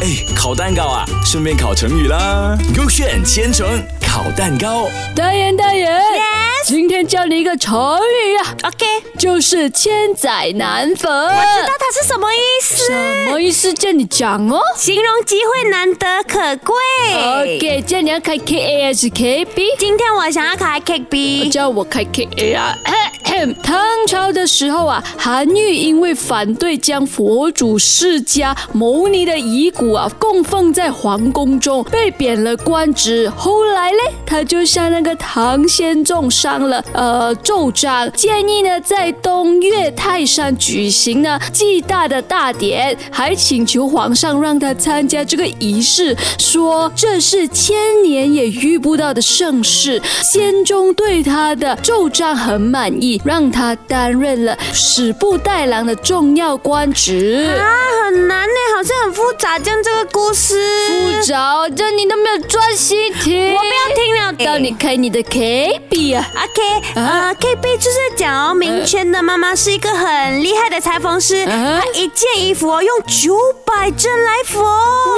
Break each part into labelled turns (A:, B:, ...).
A: 哎，烤蛋糕啊，顺便烤成语啦。勾选千层烤蛋糕，
B: 大人大人
C: Yes
B: 今天教你一个成语啊，
C: OK，
B: 就是千载难逢。呃
C: 我知道它是什么意思，
B: 什么意思？叫你讲哦。
C: 形容机会难得可贵。
B: OK，叫你要开 K A 还是 K B？
C: 今天我想要开 Cake B，
B: 叫我开 K A 啊。 唐朝的时候啊，韩愈因为反对将佛祖释迦牟尼的遗骨啊供奉在皇宫中，被贬了官职。后来嘞，他就向那个唐宪宗上了呃奏章，建议呢在东岳泰山举行呢祭大的大典，还请求皇上让他参加这个仪式，说这是千年也遇不到的盛世。宪宗对他的奏章很满意，让他担任了史部代郎的重要官职。
C: 啊，很难呢，好像很复杂，这样这个故事。
B: 不着，这你都没有专心听。
C: 我不要听了，
B: 到你开你的 K B 啊！
C: OK，
B: 啊
C: 呃，K B 就是讲哦，明圈的妈妈是一个很厉害的裁缝师，
B: 啊
C: 她一件衣服哦用九百针来缝。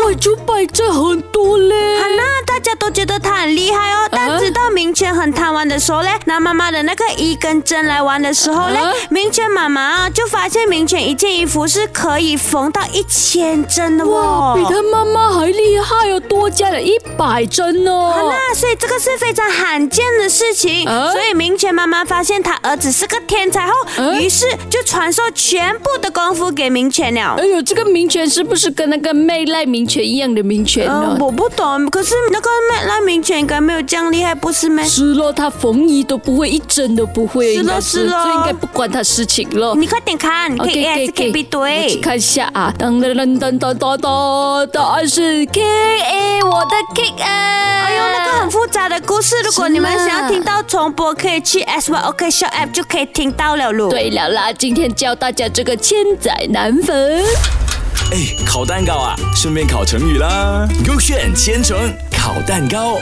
B: 我就摆这很多 嘞。
C: 啊，那大家都觉得她很厉害哦，但直到明圈很贪玩的时候嘞，拿妈妈的那个一根针来玩的时候嘞
B: 啊，
C: 明圈妈妈啊就发现明圈一件衣服是可以缝到一千针的
B: 哇，比
C: 哦。
B: 他妈妈还厉害哦，多加了一百针
C: 啊
B: 哦。
C: 那所以这个是非常罕见的事情，
B: 啊
C: 所以明权妈妈发现她儿子是个天才后，
B: 啊
C: 于是就传授全部的功夫给明权了。
B: 哎呦，这个民权是不是跟那个魅赖民权一样的民权呢
C: 嗯，？我不懂，可是那个那那明权应该没有这样厉害，不是吗？
B: 是咯，他缝衣都不会，一针都不会，
C: 是咯
B: 应该
C: 是咯
B: 所以应该不关他事情咯。
C: 你快点看，K A 还是 K B
B: 我去
C: 对？
B: 看一下啊，噔噔噔噔噔噔噔，答案是 K A，我的 K A。哎
C: 哎呦，那个很复杂的故事，如果
B: 是
C: 你们
B: 啦
C: 想要听到重播，可以去 S Y O K Show App 就可以听到了喽。
B: 对了啦，今天教大家这个千载难逢。
A: 哎，烤蛋糕啊，顺便烤成语啦。勾选千层烤蛋糕。